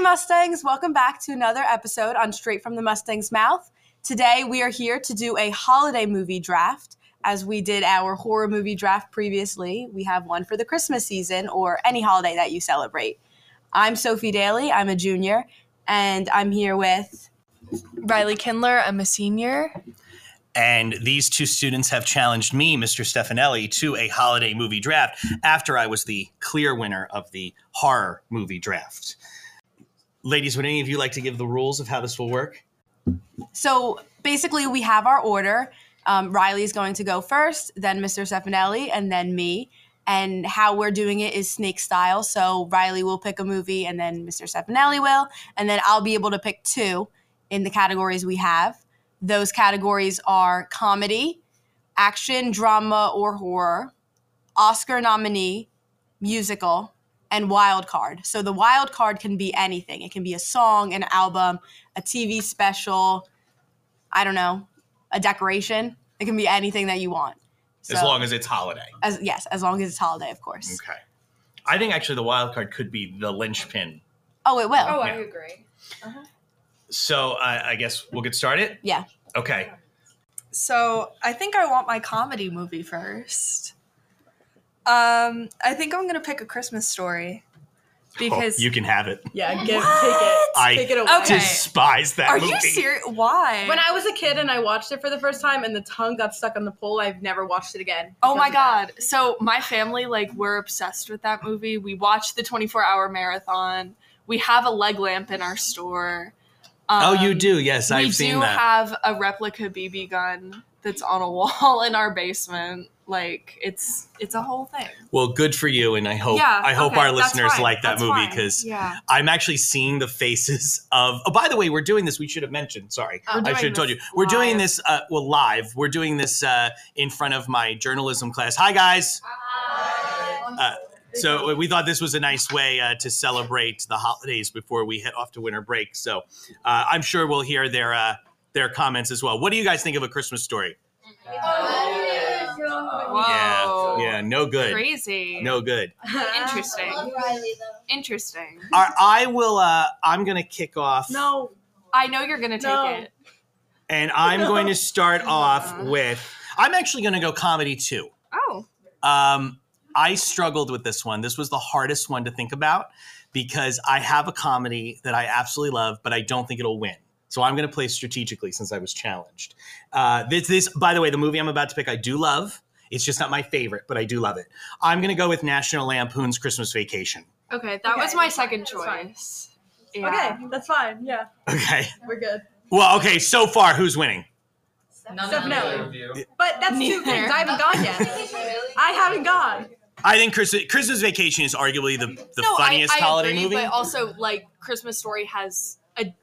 Mustangs. Welcome back to another episode on Straight from the Mustang's Mouth. Today we are here to do a holiday movie draft. As we did our horror movie draft previously, we have one for the Christmas season or any holiday that you celebrate. I'm Sophie Daly, I'm a junior, and I'm here with Riley Kindler, I'm a senior. And these two students have challenged me, Mr. Stefanelli, to a holiday movie draft after I was the clear winner of the horror movie draft. Ladies, would any of you like to give the rules of how this will work? So basically, we have our order. Um, Riley's going to go first, then Mr. Stefanelli, and then me. And how we're doing it is snake style. So Riley will pick a movie, and then Mr. Stefanelli will, and then I'll be able to pick two in the categories we have. Those categories are comedy, action, drama, or horror, Oscar nominee, musical, and wild card. So the wild card can be anything. It can be a song, an album, a TV special, I don't know, a decoration. It can be anything that you want. As long as it's holiday. as yes, as long as it's holiday, of course. Okay. I think actually the wild card could be the linchpin. Oh, it will. Oh, I Yeah. agree. So I, I guess we'll get started. Yeah. Okay. So I think I want my comedy movie first. Um, I think I'm gonna pick a Christmas story because Oh, you can have it. Yeah, give, I take it. Take it away. Okay. despise that are movie. you serious? Why? When I was a kid and I watched it for the first time and the tongue got stuck on the pole, I've never watched it again. Oh my god. because So my family like we're obsessed with that movie. We watched the 24-hour marathon. We have a leg lamp in our store. Oh, you Um, do. Yes, we I've seen do that. have a replica BB gun that's on a wall in our basement. Like it's it's a whole thing. well, good for you, and I hope Yeah, I hope okay, our that's listeners fine, like that that's movie fine. because yeah, I'm actually seeing the faces of. Oh, by the way, we're doing this. We should have mentioned. Sorry, We're I doing should have told you. this We're doing live. this. Uh, well, live. We're doing this uh, in front of my journalism class. Hi, guys. Uh, so we thought this was a nice way uh, to celebrate the holidays before we head off to winter break. So uh, I'm sure we'll hear their uh, their comments as well. What do you guys think of a Christmas story? Whoa. Yeah, yeah, no good, crazy. no good. Interesting. Interesting. All right, I will. Uh, I'm gonna kick off. No. I know you're gonna take No. it. And I'm going to start off with I'm actually going to go comedy too. Oh. Um, I struggled with this one. This was the hardest one to think about because I have a comedy that I absolutely love, but I don't think it'll win. So I'm going to play strategically since I was challenged. Uh, this, this, by the way, the movie I'm about to pick, I do love. It's just not my favorite, but I do love it. I'm going to go with National Lampoon's Christmas Vacation. Okay, that Okay, was my that's fine, second that's fine. choice. Okay, that's fine. Yeah, Okay. we're good. Well, okay. So far, who's winning? Stefanelli. But that's two Neither. things. I haven't gone yet. I haven't gone. I think Christmas, Christmas Vacation is arguably the, the No, I- funniest I holiday agree, movie. But also, like Christmas Story has a,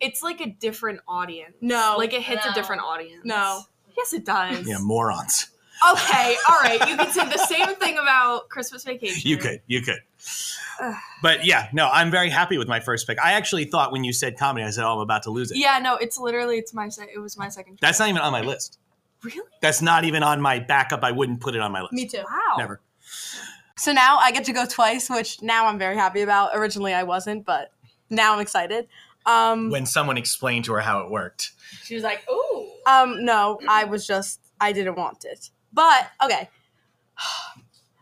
it's like a different audience. No. like it hits a No. different audience. No. Yes, it does. yeah, morons. Okay, all right. You could say the same thing about Christmas Vacation. You could, you could. Ugh. But yeah, no, I'm very happy with my first pick. I actually thought when you said comedy, I said, "Oh, I'm about to lose it." Yeah, no, it's literally it's my se- it was my second. That's choice. not even on my list. really That's not even on my backup. I wouldn't put it on my list. Me too. wow. Never. So now I get to go twice, which now I'm very happy about. Originally I wasn't, but now I'm excited. Um, When someone explained to her how it worked, She was like, "Ooh." um, no, I was just I didn't want it. But okay,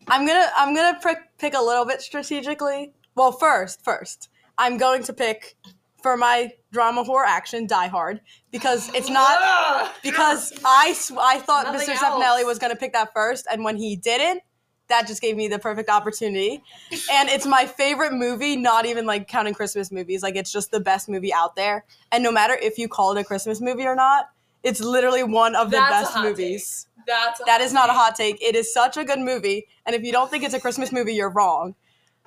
I'm gonna I'm gonna pr- pick a little bit strategically. Well, first, first I'm going to pick for my drama horror action Die Hard because it's not because I sw- I thought Nothing Mr. Stefanelli else. was going to pick that first, and when he didn't, that just gave me the perfect opportunity. and it's my favorite movie, not even like counting Christmas movies. Like it's just the best movie out there. And no matter if you call it a Christmas movie or not, it's literally one of the That's a best hot movies. That's That is not a hot take. It is such a good movie, and if you don't think it's a Christmas movie, you're wrong.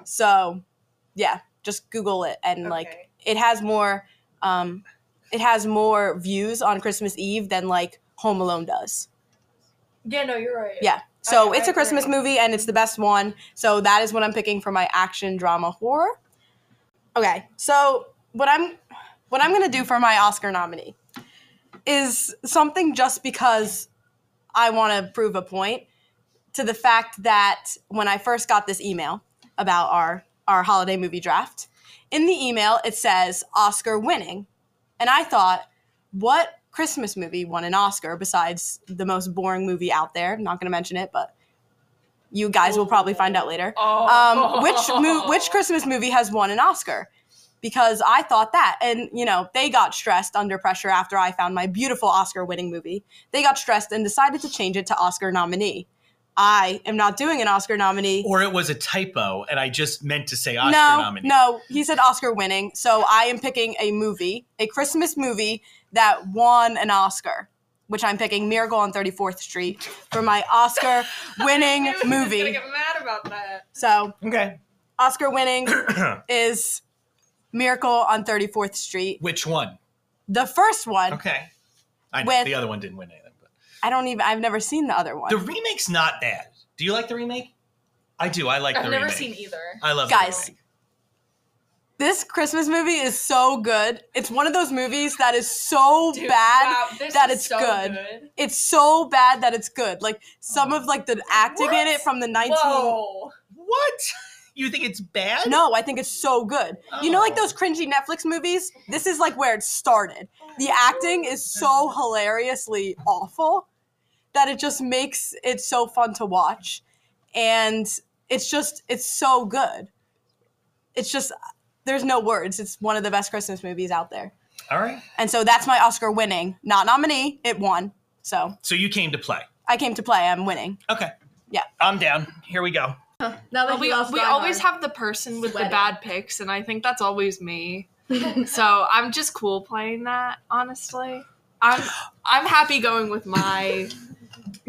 So, yeah, just Google it and like Okay. it has more um it has more views on christmas eve than like home alone does Yeah, no, you're right. yeah so Okay, it's I a christmas agree. movie and it's the best one so that is what i'm picking for my action drama horror okay so what i'm what i'm gonna do for my oscar nominee is something just because i want to prove a point to the fact that when i first got this email about our our holiday movie draft in the email it says Oscar winning. And I thought, what Christmas movie won an Oscar besides the most boring movie out there? I'm not going to mention it, but you guys will probably find out later. Oh. Um, which mo- which Christmas movie has won an Oscar? Because I thought that, and you know, they got stressed under pressure after I found my beautiful Oscar-winning movie. They got stressed and decided to change it to Oscar nominee. I am not doing an Oscar nominee. Or it was a typo, and I just meant to say Oscar no, nominee. no, he said Oscar winning. So I am picking a movie, a Christmas movie that won an Oscar, which I'm picking Miracle on 34th Street for my Oscar winning Gonna movie. get mad about that. So Okay. Oscar winning is Miracle on 34th Street. Which one? The first one, Okay. I know With- the other one didn't win anything. But I don't even, I've never seen the other one. the remake's not bad. Do you like the remake? I do. I like I've the never remake. seen either. I love Guys. The remake. this Christmas movie is so good. It's one of those movies that is so Dude, bad. wow, this that is it's so good. It's so bad that it's good. Like some of like the acting in Oh. What? it from the 19 Whoa. What? You think it's bad? No, I think it's so good. You know, like Oh. those cringy Netflix movies? This is like where it started. The Oh. acting is so hilariously awful that it just makes it so fun to watch. And it's just, it's so good. It's just, there's no words. It's one of the best Christmas movies out there. All right. And so that's my Oscar winning, not nominee. It won. So So you came to play. I came to play. I'm winning. Okay. Yeah. Mm-hmm. I'm down. Here we go. Now that But we we always have the person with the Sweating. bad picks, and I think that's always me. so I'm just cool playing that, honestly. I'm I'm happy going with my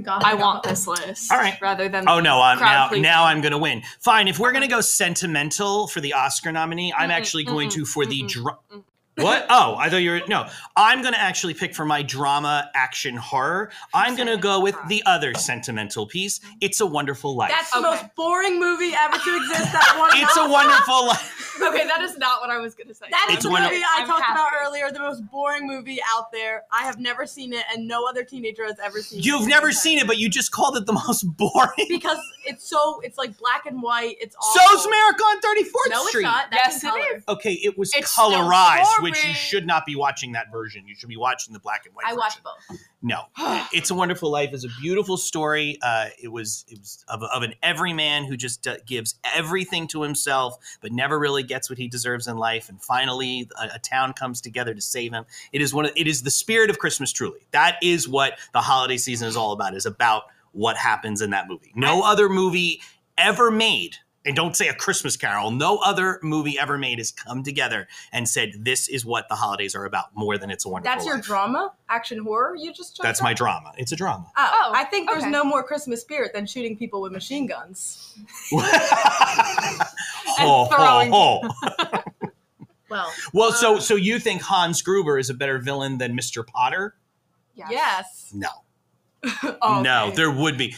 I want this list. All right. Rather than Oh no! I'm, Crowd now, pleasing. now I'm gonna win. Fine. If we're gonna go sentimental for the Oscar nominee, I'm Mm-hmm. Mm-mm, actually going mm-mm, to for the mm-mm, dra- mm-mm. what? Oh, I thought you were no. I'm gonna actually pick for my drama, action, horror. I'm gonna go with the other sentimental piece. It's a Wonderful Life. That's the Okay. most boring movie ever to exist. That one. it's a Wonderful Life. Okay, that is not what I was gonna say. That's It's the one movie of- I I'm talked about happy. earlier, the most boring movie out there. I have never seen it, and no other teenager has ever seen it. You've never seen it, but you just called it the most boring. because it's so it's like black and white. It's all So's Miracle on 34th No, it's Street. not. Yes, That's it in color. Okay, it was It's still colorized, which you boring. should not be watching that version. You should be watching the black and white. I version. watched both. No, It's a Wonderful Life is a beautiful story. Uh, it was it was of, of an everyman who just uh, gives everything to himself, but never really gets what he deserves in life. And finally, a, a town comes together to save him. It is one. Of, it is the spirit of Christmas. Truly, that is what the holiday season is all about. Is about what happens in that movie. No other movie ever made. And don't say a Christmas Carol. No other movie ever made has come together and said this is what the holidays are about more than it's a wonderful. That's your Life. drama, action horror. You just chose That's that? my drama. It's a drama. Oh, Oh, I think there's okay. no more Christmas spirit than shooting people with machine guns. ho, throwing- ho, ho. Well, um, Well, so so you think Hans Gruber is a better villain than Mr. Potter? Yes. yes. No, Oh, no, okay. there would be,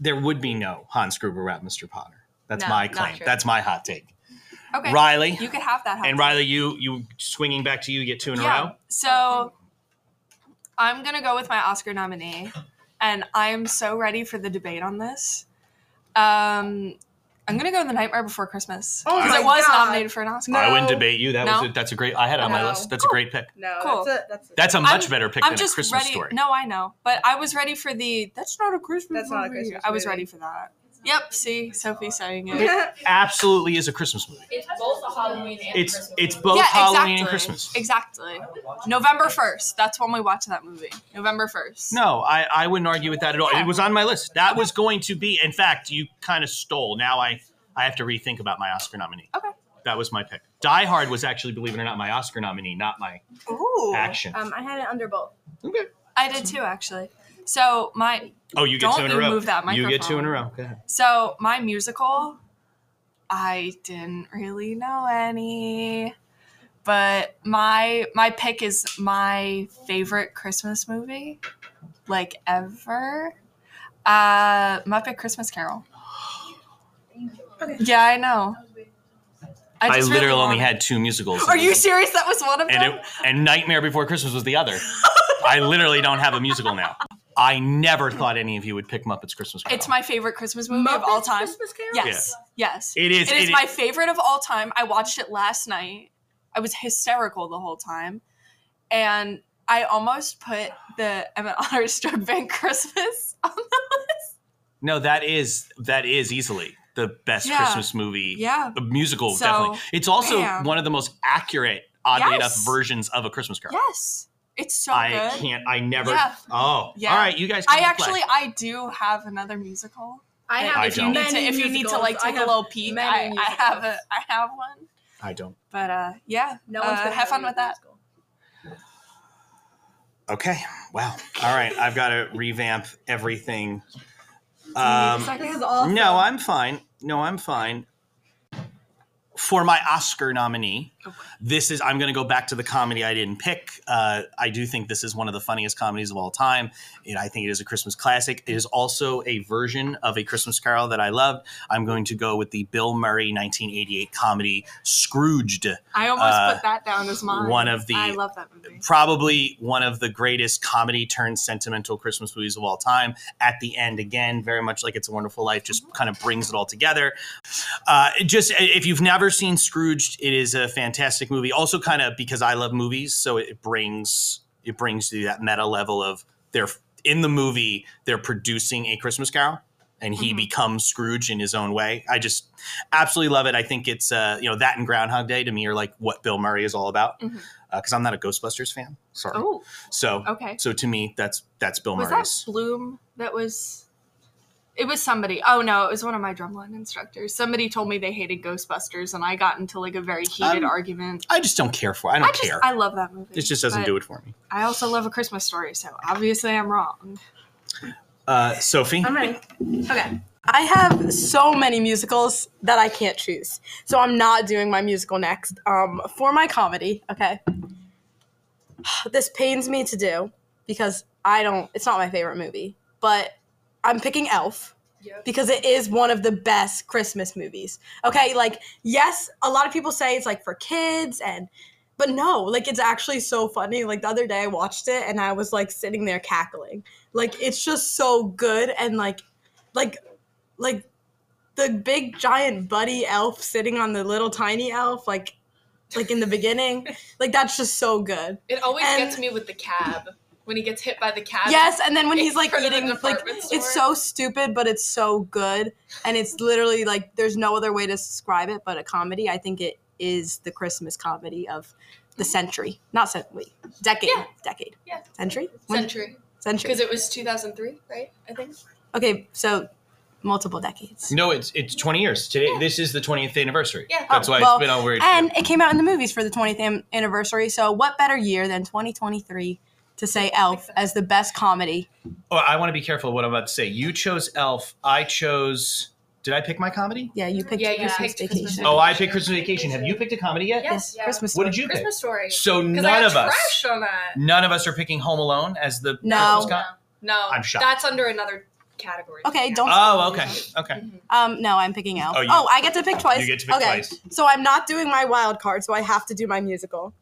there would be no Hans Gruber without Mr. Potter. That's No, my not claim. true. That's my hot take. Okay. Riley You could have that. and Riley, you you swinging back to you, you get two in a row. So I'm gonna go with my Oscar nominee, and I am so ready for the debate on this. Um, I'm gonna go with The Nightmare Before Christmas Oh because my I was God. nominated for an Oscar. I wouldn't debate you. That No. was a, that's a great. I had it on my No. list. That's a great pick. No. Cool. That's a, that's a, That's a much I'm- better pick I'm than a just Christmas ready. story. No, I know, but I was ready for the. That's not a Christmas. That's not a movie. Christmas I was movie. ready for that. Yep. See, Sophie saying it. Absolutely is a Christmas movie. It's both a Halloween and It's Christmas. it's both yeah, Halloween exactly. and Christmas. Exactly. November first. That's when we watch that movie. November first. No, I, I wouldn't argue with that at all. It was on my list. That was going to be. In fact, you kind of stole. Now I I have to rethink about my Oscar nominee. Okay. That was my pick. Die Hard was actually, believe it or not, my Oscar nominee, not my Ooh. action. Um, I had it under both. okay. I did too, actually. So my Oh, you get Don't two in a you row. move that you get two in a microphone. row. Go ahead. So my musical, I didn't really know any, but my my pick is my favorite Christmas movie, like ever. Uh, Muppet Christmas Carol. Yeah, I know. I, just really literally only want- had two musicals. Are you serious? That was one of and them. it, and Nightmare Before Christmas was the other. I literally don't have a musical now. I never thought any of you would pick Muppets Christmas Carol. it's my favorite Christmas movie of all time. Christmas Carol? Yes, Yes. It is. it is my favorite of all time. I watched it last night. I was hysterical the whole time. And I almost put the Emmett Otter Struck Bank Christmas on the no, that is that is easily the best Yeah. Christmas movie. Yeah. A musical, So, definitely. It's also bam. one of the most accurate, oddly Yes. enough, versions of a Christmas Carol. Yes. It's so I good. can't. I never. Yeah. Oh, Yeah. all right. You guys. I can actually play. I do have another musical. I that have. I if you don't. need to many if you need to musicals. like I take a have- little peek. I, many I have a musicals. I have one. I don't. But uh yeah. No one's Uh, gonna have know fun with that. musical. Okay. Wow. All right. I've got to revamp everything. a Um, second? This is awesome. no, I'm fine. No, I'm fine. For my Oscar nominee, this is I'm going to go back to the comedy I didn't pick. Uh, I do think this is one of the funniest comedies of all time, and I think it is a Christmas classic. It is also a version of a Christmas Carol that I loved. I'm going to go with the Bill Murray 1988 comedy Scrooged. I almost Uh, put that down as mine. one of the- I love that movie. probably one of the greatest comedy turned sentimental Christmas movies of all time. At the end, again, very much like It's a Wonderful Life, just kind of brings it all together. Uh, it just if you've never seen Scrooged, it is a fantastic movie. Also, kind of because I love movies, so it brings it brings to that meta level of they're in the movie, they're producing a Christmas Carol. And he Mhm. becomes Scrooge in his own way. I just absolutely love it. I think it's uh, you know that and Groundhog Day to me are like what Bill Murray is all about Mhm. because I'm not a Ghostbusters fan. Sorry. Oh, So okay. so to me, that's that's Bill Was that Murray's. Bloom that was it was somebody. Oh no, it was one of my drumline instructors. Somebody told me they hated Ghostbusters and I got into like a very heated Um, argument. I just don't care for. It. I don't I just care. I love that movie. it just doesn't do it for me. I also love a Christmas story, so obviously I'm wrong. Uh, Sophie, I'm ready. Okay. I have so many musicals that I can't choose. So I'm not doing my musical next. Um, for my comedy, okay. This pains me to do because I don't, it's not my favorite movie, but I'm picking Elf Yep. because it is one of the best Christmas movies. Okay, like, yes, a lot of people say it's like for kids and. But no, like it's actually so funny. Like the other day I watched it and I was like sitting there cackling. Like it's just so good and like like like the big giant buddy elf sitting on the little tiny elf like like in the beginning like that's just so good It always And- gets me with the cab when he gets hit by the cab. yes and then when he's In like front of the eating like department it's so store. stupid but it's so good and it's literally like there's no other way to describe it but a comedy i think it is the christmas comedy of the century not century decade Yeah. decade Yeah. century When- Century. century Because it was 2003, right? I think. okay so multiple decades no, it's it's 20 years today. This is the 20th anniversary. Yeah. that's Oh, why well, it's been all weird. And it came out in the movies for the 20th an- anniversary. So, what better year than 2023 to say Elf as the best comedy? oh, I want to be careful what I'm about to say. You chose Elf. I chose. Did I pick my comedy? Yeah, you picked Yeah, you Christmas picked Vacation. Christmas Vacation. Oh, I picked Christmas Vacation. Have you picked a comedy yet? Yeah. Yes, Yeah. Christmas. What Story. did you pick? Christmas story. So Because none I got of us, trashed on that. none of us are picking Home Alone as the No. Christmas com- No. I'm shocked. That's under another category. Okay, don't. Oh, okay, okay. Um, no, I'm picking Elf. Oh, Oh, you- I get to pick twice. You get to pick okay. twice. So I'm not doing my wild card, so I have to do my musical.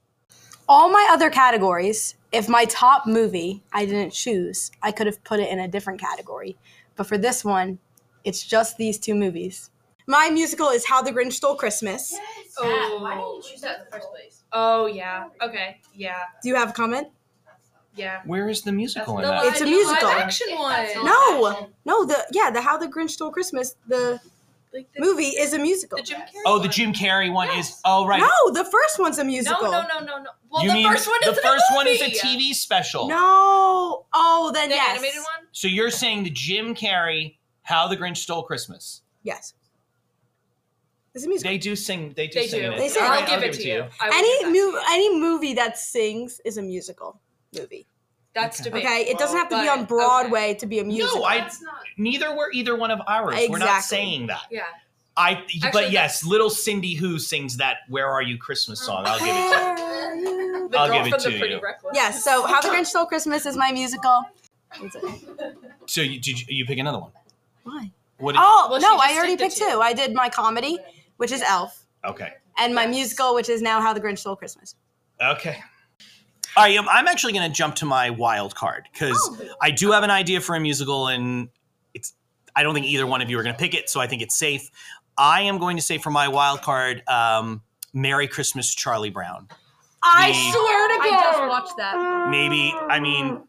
All my other categories, if my top movie I didn't choose, I could have put it in a different category. But for this one, it's just these two movies. My musical is How the Grinch Stole Christmas. Oh. Why did you choose that in the first place? Oh yeah. Okay. Yeah. Do you have a comment? Yeah. Where is the musical The in that? live- It's a the musical. Live action one. No, no, the yeah, the How the Grinch Stole Christmas, the Like the, movie is a musical. the Jim Carrey. Oh, the Jim Carrey one is. Yes. Oh, right. No, the first one's a No, musical. no, no, no, no. Well, you the mean first one is the in first one is a movie. TV special. No. Oh, The then yes. animated one. So you're saying the Jim Carrey How the Grinch Stole Christmas? Yes. It's a musical. They do sing. They do. They sing do. It. They sing All it. I'll right, give it to you. I will any give that move, to you. any movie that sings is a musical movie. That's Okay. debate. Okay, it doesn't have to be But- on Broadway to be a musical. I- That's not. Neither were either one of ours. We're not Exactly. saying that. Yeah. I. but Actually, yes, little Cindy Who sings that "Where Are You" Christmas song. I'll give it. to you. Where you- The I'll girl give it from to the Pretty you. Reckless. Yes, so How the Grinch Stole Christmas is my musical. That's it. So you did you, you pick another one? Why? What? Did Oh Well, she no, just I already picked picked the two. two. I did my comedy, which is Elf, okay. and my Yes. musical, which is now How the Grinch Stole Christmas. Okay. I am. I'm actually going to jump to my wild card because Oh. I do have an idea for a musical, and it's. I don't think either one of you are going to pick it, so I think it's safe. I am going to say for my wild card, um, Merry Christmas, Charlie Brown. I The- swear to God. I just watched that. Maybe, I mean,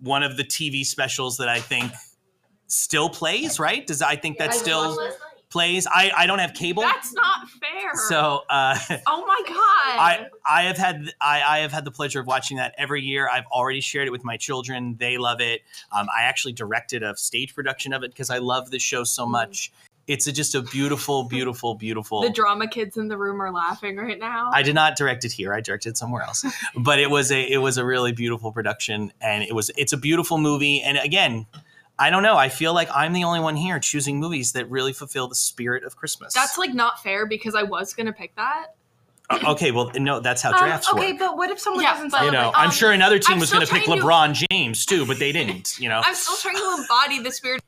one of the TV specials that I think still plays, right? Does I think that I still watched plays? I, I don't have cable. That's not fair. so uh, oh my god. I I have had I, I have had the pleasure of watching that every year. I've already shared it with my children. They love it. Um, I actually directed a stage production of it because I love this show Mm. so much. It's a, just a beautiful, beautiful, beautiful. the drama kids in the room are laughing right now. I did not direct it here. I directed it somewhere else, but it was a it was a really beautiful production, and it was it's a beautiful movie. And again, I don't know. I feel like I'm the only one here choosing movies that really fulfill the spirit of Christmas. That's like not fair because I was gonna pick that. Uh, okay. Well, no, that's how Um, drafts okay, work. but what if someone Yeah, doesn't but- celebrate? You know, um, I'm sure another team I'm was still going to pick trying to- LeBron James too, but they didn't. You know. I'm still trying to embody the spirit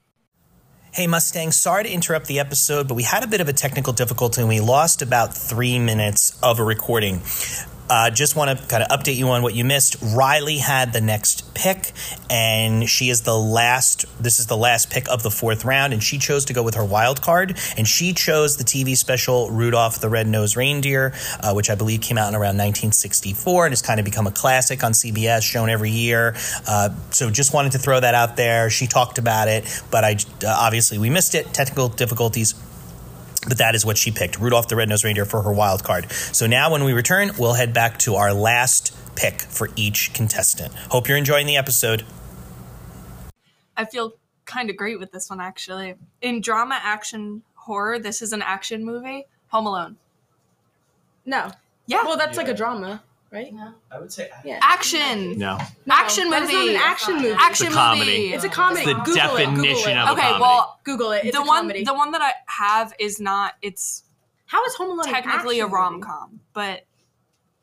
Hey, Mustang, sorry to interrupt the episode, but we had a bit of a technical difficulty and we lost about three minutes of a recording. Uh, just want to kind of update you on what you missed. Riley had the next pick, and she is the last. This is the last pick of the fourth round, and she chose to go with her wild card, and she chose the TV special Rudolph the Red-Nosed Reindeer, uh, which I believe came out in around 1964 and has kind of become a classic on CBS, shown every year. Uh, so just wanted to throw that out there. She talked about it, but I uh, obviously we missed it. Technical difficulties, but that is what she picked Rudolph the Red-Nosed Reindeer for her wild card. So now when we return, we'll head back to our last pick for each contestant. Hope you're enjoying the episode. I feel kind of great with this one actually. In drama, action, horror, this is an action movie. Home Alone. No. Yeah. Well, that's like a drama, right? I would say Yeah. action. no, action movie. that is not an action movie. Action It's a comedy. movie. It's a comedy. It's the Google it. Google definition it. of a okay. comedy. Well, Google it. It's the a one comedy. the one that I have is not. It's How is Home Alone an technically a action rom movie? com, but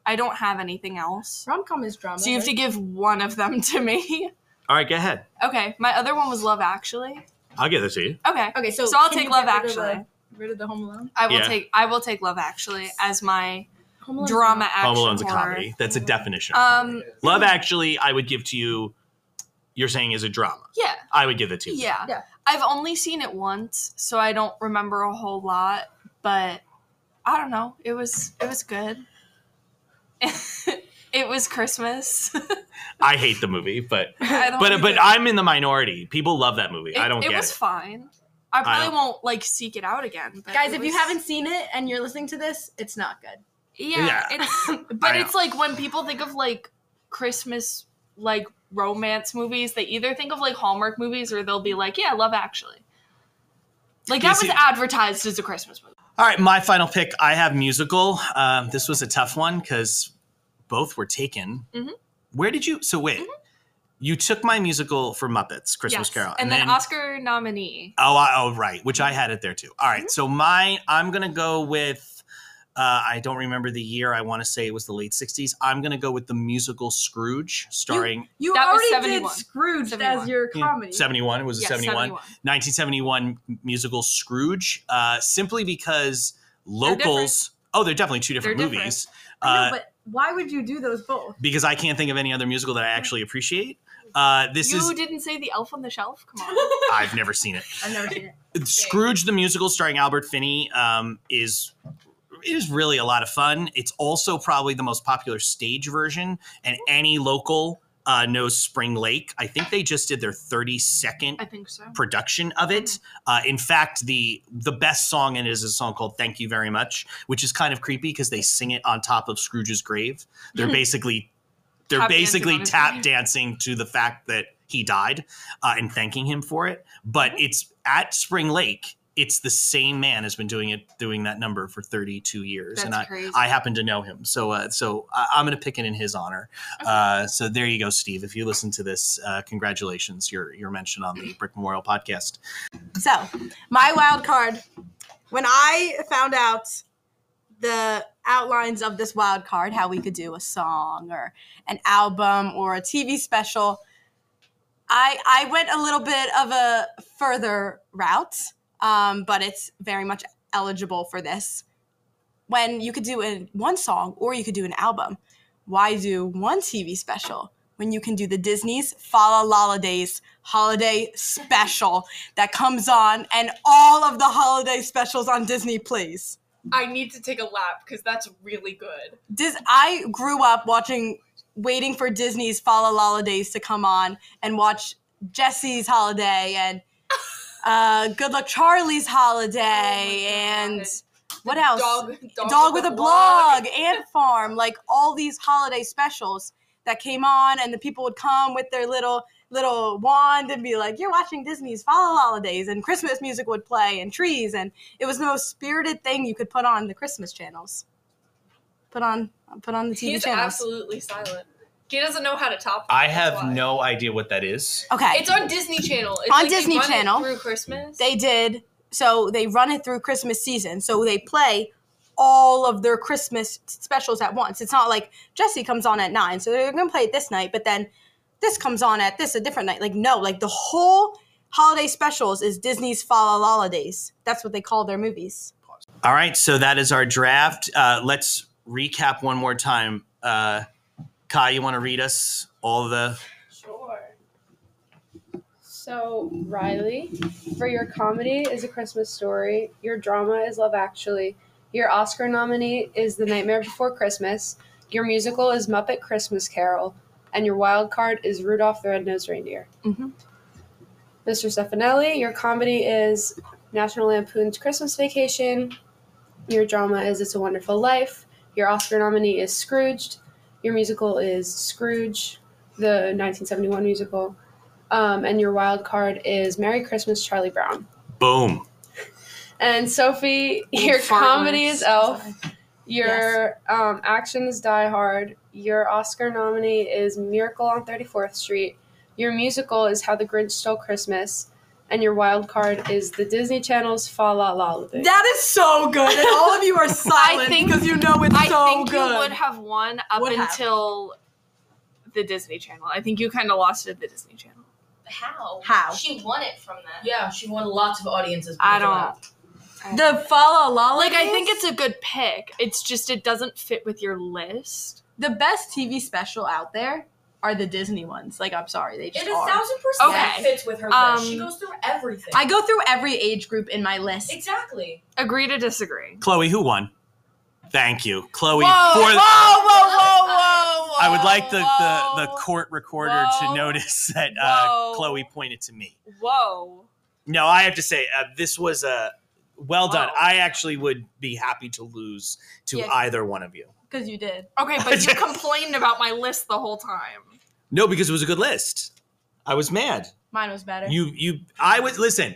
I don't have anything else. Rom com is drama. So you have to give one of them to me. all right, go ahead. Okay, my other one was Love Actually. I'll give this to you. Okay, Okay, so so I'll can take you Love get rid of the- Actually. Rid of the Home Alone. I will Yeah. take I will take Love Actually as my Home Alone's drama not- action. Home Alone's a horror. comedy. That's a definition. of Um, comedy. Love Actually, I would give to you. You're saying is a drama. yeah, I would give it to you. yeah, Yeah. I've only seen it once, so I don't remember a whole lot. But I don't know. It was it was good. it was Christmas. I hate the movie, but I don't but but I'm in the minority. People love that movie. It, I don't it get was it. fine. I probably don't- won't like seek it out again. But Guys, it if you was- haven't seen it and you're listening to this, it's not good. yeah, Yeah. It's, I but know. it's like when people think of like Christmas like romance movies, they either think of like Hallmark movies or they'll be like, yeah, Love Actually. Like You that see- was advertised as a Christmas movie. All right, my final pick. I have musical. Um, this was a tough one because both were taken. Mhm. Where did you? So wait, you took my musical for Muppets Christmas Mm-hmm. Yes. Carol, and, then, Oscar nominee. Oh, I, oh, right. Which I had it there too. All right, Mm-hmm. So mine, I'm gonna go with. Uh, I don't remember the year. I want to say it was the late '60s. I'm gonna go with the musical Scrooge, starring You That was already did 71. Scrooge as 71. your Yeah, comedy. '71. It was a Yes, '71. 1971 musical Scrooge, uh, simply because locals. oh, they're definitely two different They're different. movies. I Uh, know, but why would you do those both? because I can't think of any other musical that I actually appreciate. Uh, this you is didn't say the Elf on the Shelf. Come on, I've never seen it. I've never seen it. Scrooge the musical, starring Albert Finney, um, is it is really a lot of fun. It's also probably the most popular stage version, and any local uh, knows Spring Lake. I think they just did their 32nd I think so. production of it. Mm-hmm. Uh, in fact, the the best song in it is a song called "Thank You Very Much," which is kind of creepy because they sing it on top of Scrooge's grave. They're basically they're Tap dancing basically on his tap grave. dancing to the fact that he died uh, and thanking him for it. But Mm-hmm. it's at Spring Lake. It's the same man has been doing it doing that number for 32 years, That's and I crazy. I happen to know him. So uh, so I, I'm going to pick it in his honor. Uh, so there you go, Steve. If you listen to this, uh, congratulations. You're you're mentioned on the Brick Memorial podcast. So, my wild card. When I found out the outlines of this wild card, how we could do a song or an album or a TV special, I I went a little bit of a further route, um, but it's very much eligible for this. When you could do a, one song or you could do an album, why do one TV special when you can do the Disney's Fala Lala Days holiday special that comes on and all of the holiday specials on Disney, please. I need to take a lap because that's really good. Dis- I grew up watching, waiting for Disney's Follow Holidays to come on and watch Jesse's Holiday and uh, Good Luck Charlie's Holiday and what else? Oh Dog, dog, with, a blog, Ant Farm, like all these holiday specials that came on, and the people would come with their little little wand and be like, "You're watching Disney's Follow Holidays," and Christmas music would play and trees, and it was the most spirited thing you could put on the Christmas channels. Put on, put on the TV He's channels. absolutely silent. He doesn't know how to top. that, I that's have why. no idea what that is. okay, It's on Disney Channel. It's On like they Disney run it Channel. through Christmas. they did so they run it through christmas season so they play all of their christmas specials at once it's not like jesse comes on at nine so they're gonna play it this night but then this comes on at this a different night like no like the whole holiday specials is disney's fall holidays that's what they call their movies All right, so that is our draft. Uh, let's recap one more time. Uh, Kai, you want to read us all the? Sure. So, Riley, for your comedy is A Christmas Story, your drama is Love Actually, your Oscar nominee is The Nightmare Before Christmas, your musical is Muppet Christmas Carol, and your wild card is Rudolph the Red-Nosed Reindeer. Mhm. Mr. Stefanelli, your comedy is National Lampoon's Christmas Vacation, your drama is It's a Wonderful Life, your Oscar nominee is Scrooged, your musical is Scrooge, the 1971 musical. Um, and your wild card is Merry Christmas, Charlie Brown. Boom. And Sophie, your comedy is Elf. Your Yes. um, action is Die Hard. Your Oscar nominee is Miracle on 34th Street. Your musical is How the Grinch Stole Christmas. And your wild card is the Disney Channel's Fa La La. La Boo. that is so good and all of you are silent think- because you know it's I so think good you would have won up Would have. until the Disney Channel. I think you kind of lost it at the Disney Channel. How? How? She won it from them. Yeah, she won lots of audiences. I because of don't the follow like. I think it's a good pick. It's just it doesn't fit with your list. the best tv special out there are the disney ones like i'm sorry they that. just It a are. thousand percent Okay. fits with her Um, list. She goes through everything. I go through every age group in my list. exactly. Agree to disagree. Chloe, who won? Thank you, Chloe. Whoa, for- whoa, whoa, whoa, Uh, whoa, I would like the, the, the whoa, court recorder Whoa. to notice that uh, Whoa. Chloe pointed to me. Whoa. No, I have to say uh, this was a well done. Wow. I actually would be happy to lose to Yeah. either one of you. Because you did. Okay, but you complained about my list the whole time. No, because it was a good list. I was mad. Mine was better. You you I was listen.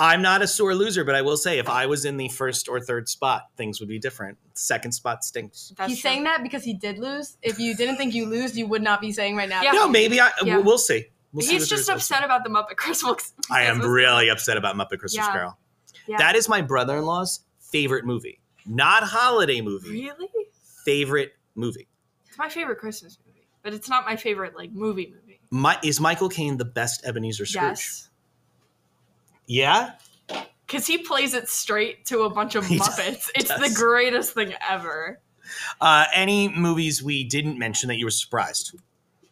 I'm not a sore loser, but I will say if I was in the first or third spot, things would be different. Second spot stinks. That's He's true. saying that because he did lose. If you didn't think you lose, you would not be saying right now. Yeah. No, maybe I Yeah. we'll, we'll see. We'll see He's what the just results upset about the Muppet Christmas. are. I am Christmas. really upset about Muppet Christmas Yeah. Carol. Yeah. That is my brother-in-law's favorite movie. Not holiday movie. Really? Favorite movie. It's my favorite Christmas movie, but it's not my favorite like movie movie. My, is Michael Caine the best Ebenezer Scrooge? Yes. Yeah. Because he plays it straight to a bunch of He does- Muppets. It's does. the greatest thing ever. Uh, any movies we didn't mention that you were surprised?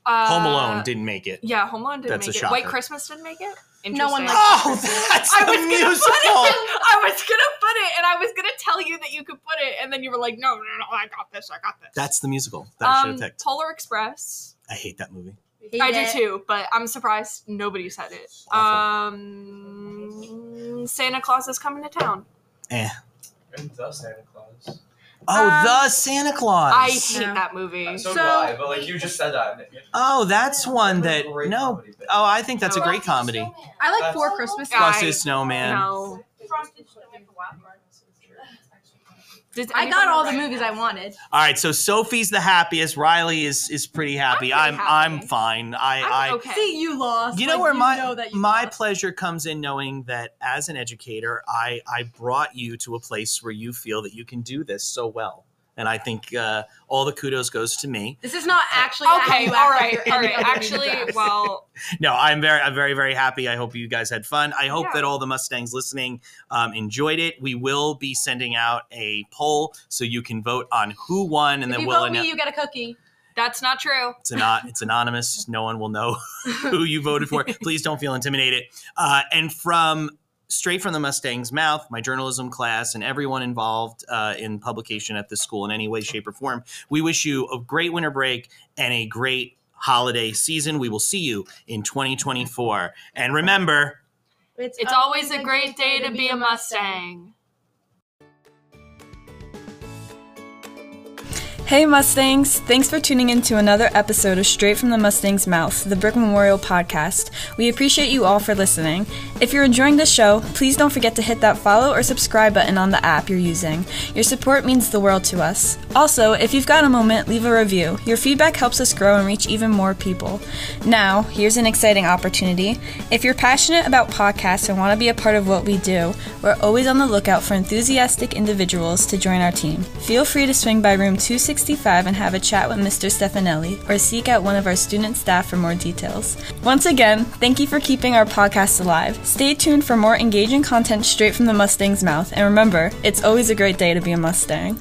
Uh, Home Alone didn't make it. Yeah, Home Alone didn't That's a make it. White shocker. Christmas didn't make it. No one Interesting. liked- Oh, that's I was musical. I was gonna put it, and I was gonna tell you that you could put it, and then you were like, "No, no, no, I got this, I got this." That's the musical that I should um, have picked. Polar Express. I hate that movie. I do too, but I'm surprised nobody said it. Um, Santa Claus is coming to town. Eh. And the Santa Claus. Oh, Um, the Santa Claus. I hate No. that movie. So, So- do I, but like you just said that. oh, that's one that Great no. comedy bit. Oh, I think that's a No. great comedy. I like That's- Four Christmas. Yeah. Frosty the Snowman. No. Did I got all the anyone- movies I wanted. All right, so Sophie's the happiest. Riley is is pretty happy. I'm I'm I'm, pretty happy. fine. I I, I'm okay. See, you lost. you know Like, where my know that you my lost. pleasure comes in knowing that as an educator i i brought you to a place where you feel that you can do this so well and i think uh, all the kudos goes to me This is not actually. Okay, all right, all right. Actually, Actually, well, no i'm very i'm very very happy i hope you guys had fun i hope Yeah. that all the mustangs listening um, enjoyed it we will be sending out a poll so you can vote on who won and if then you we'll vote me, annou- you get a cookie. That's not true. It's not. It's anonymous. No one will know who you voted for. Please don't feel intimidated. Uh, and from straight from the Mustang's mouth, my journalism class and everyone involved uh, in publication at this school in any way, shape, or form, we wish you a great winter break and a great holiday season. We will see you in 2024. And remember. It's always a great day Oh, to be a Mustang. Hey Mustangs! Thanks for tuning in to another episode of Straight from the Mustang's Mouth, the Brick Memorial podcast. We appreciate you all for listening. If you're enjoying this show, please don't forget to hit that follow or subscribe button on the app you're using. Your support means the world to us. Also, if you've got a moment, leave a review. Your feedback helps us grow and reach even more people. Now, here's an exciting opportunity. If you're passionate about podcasts and want to be a part of what we do, we're always on the lookout for enthusiastic individuals to join our team. Feel free to swing by room 260. 65 and have a chat with Mr. Stefanelli or seek out one of our student staff for more details. Once again, thank you for keeping our podcast alive. Stay tuned for more engaging content straight from the Mustang's mouth, and remember, it's always a great day to be a Mustang.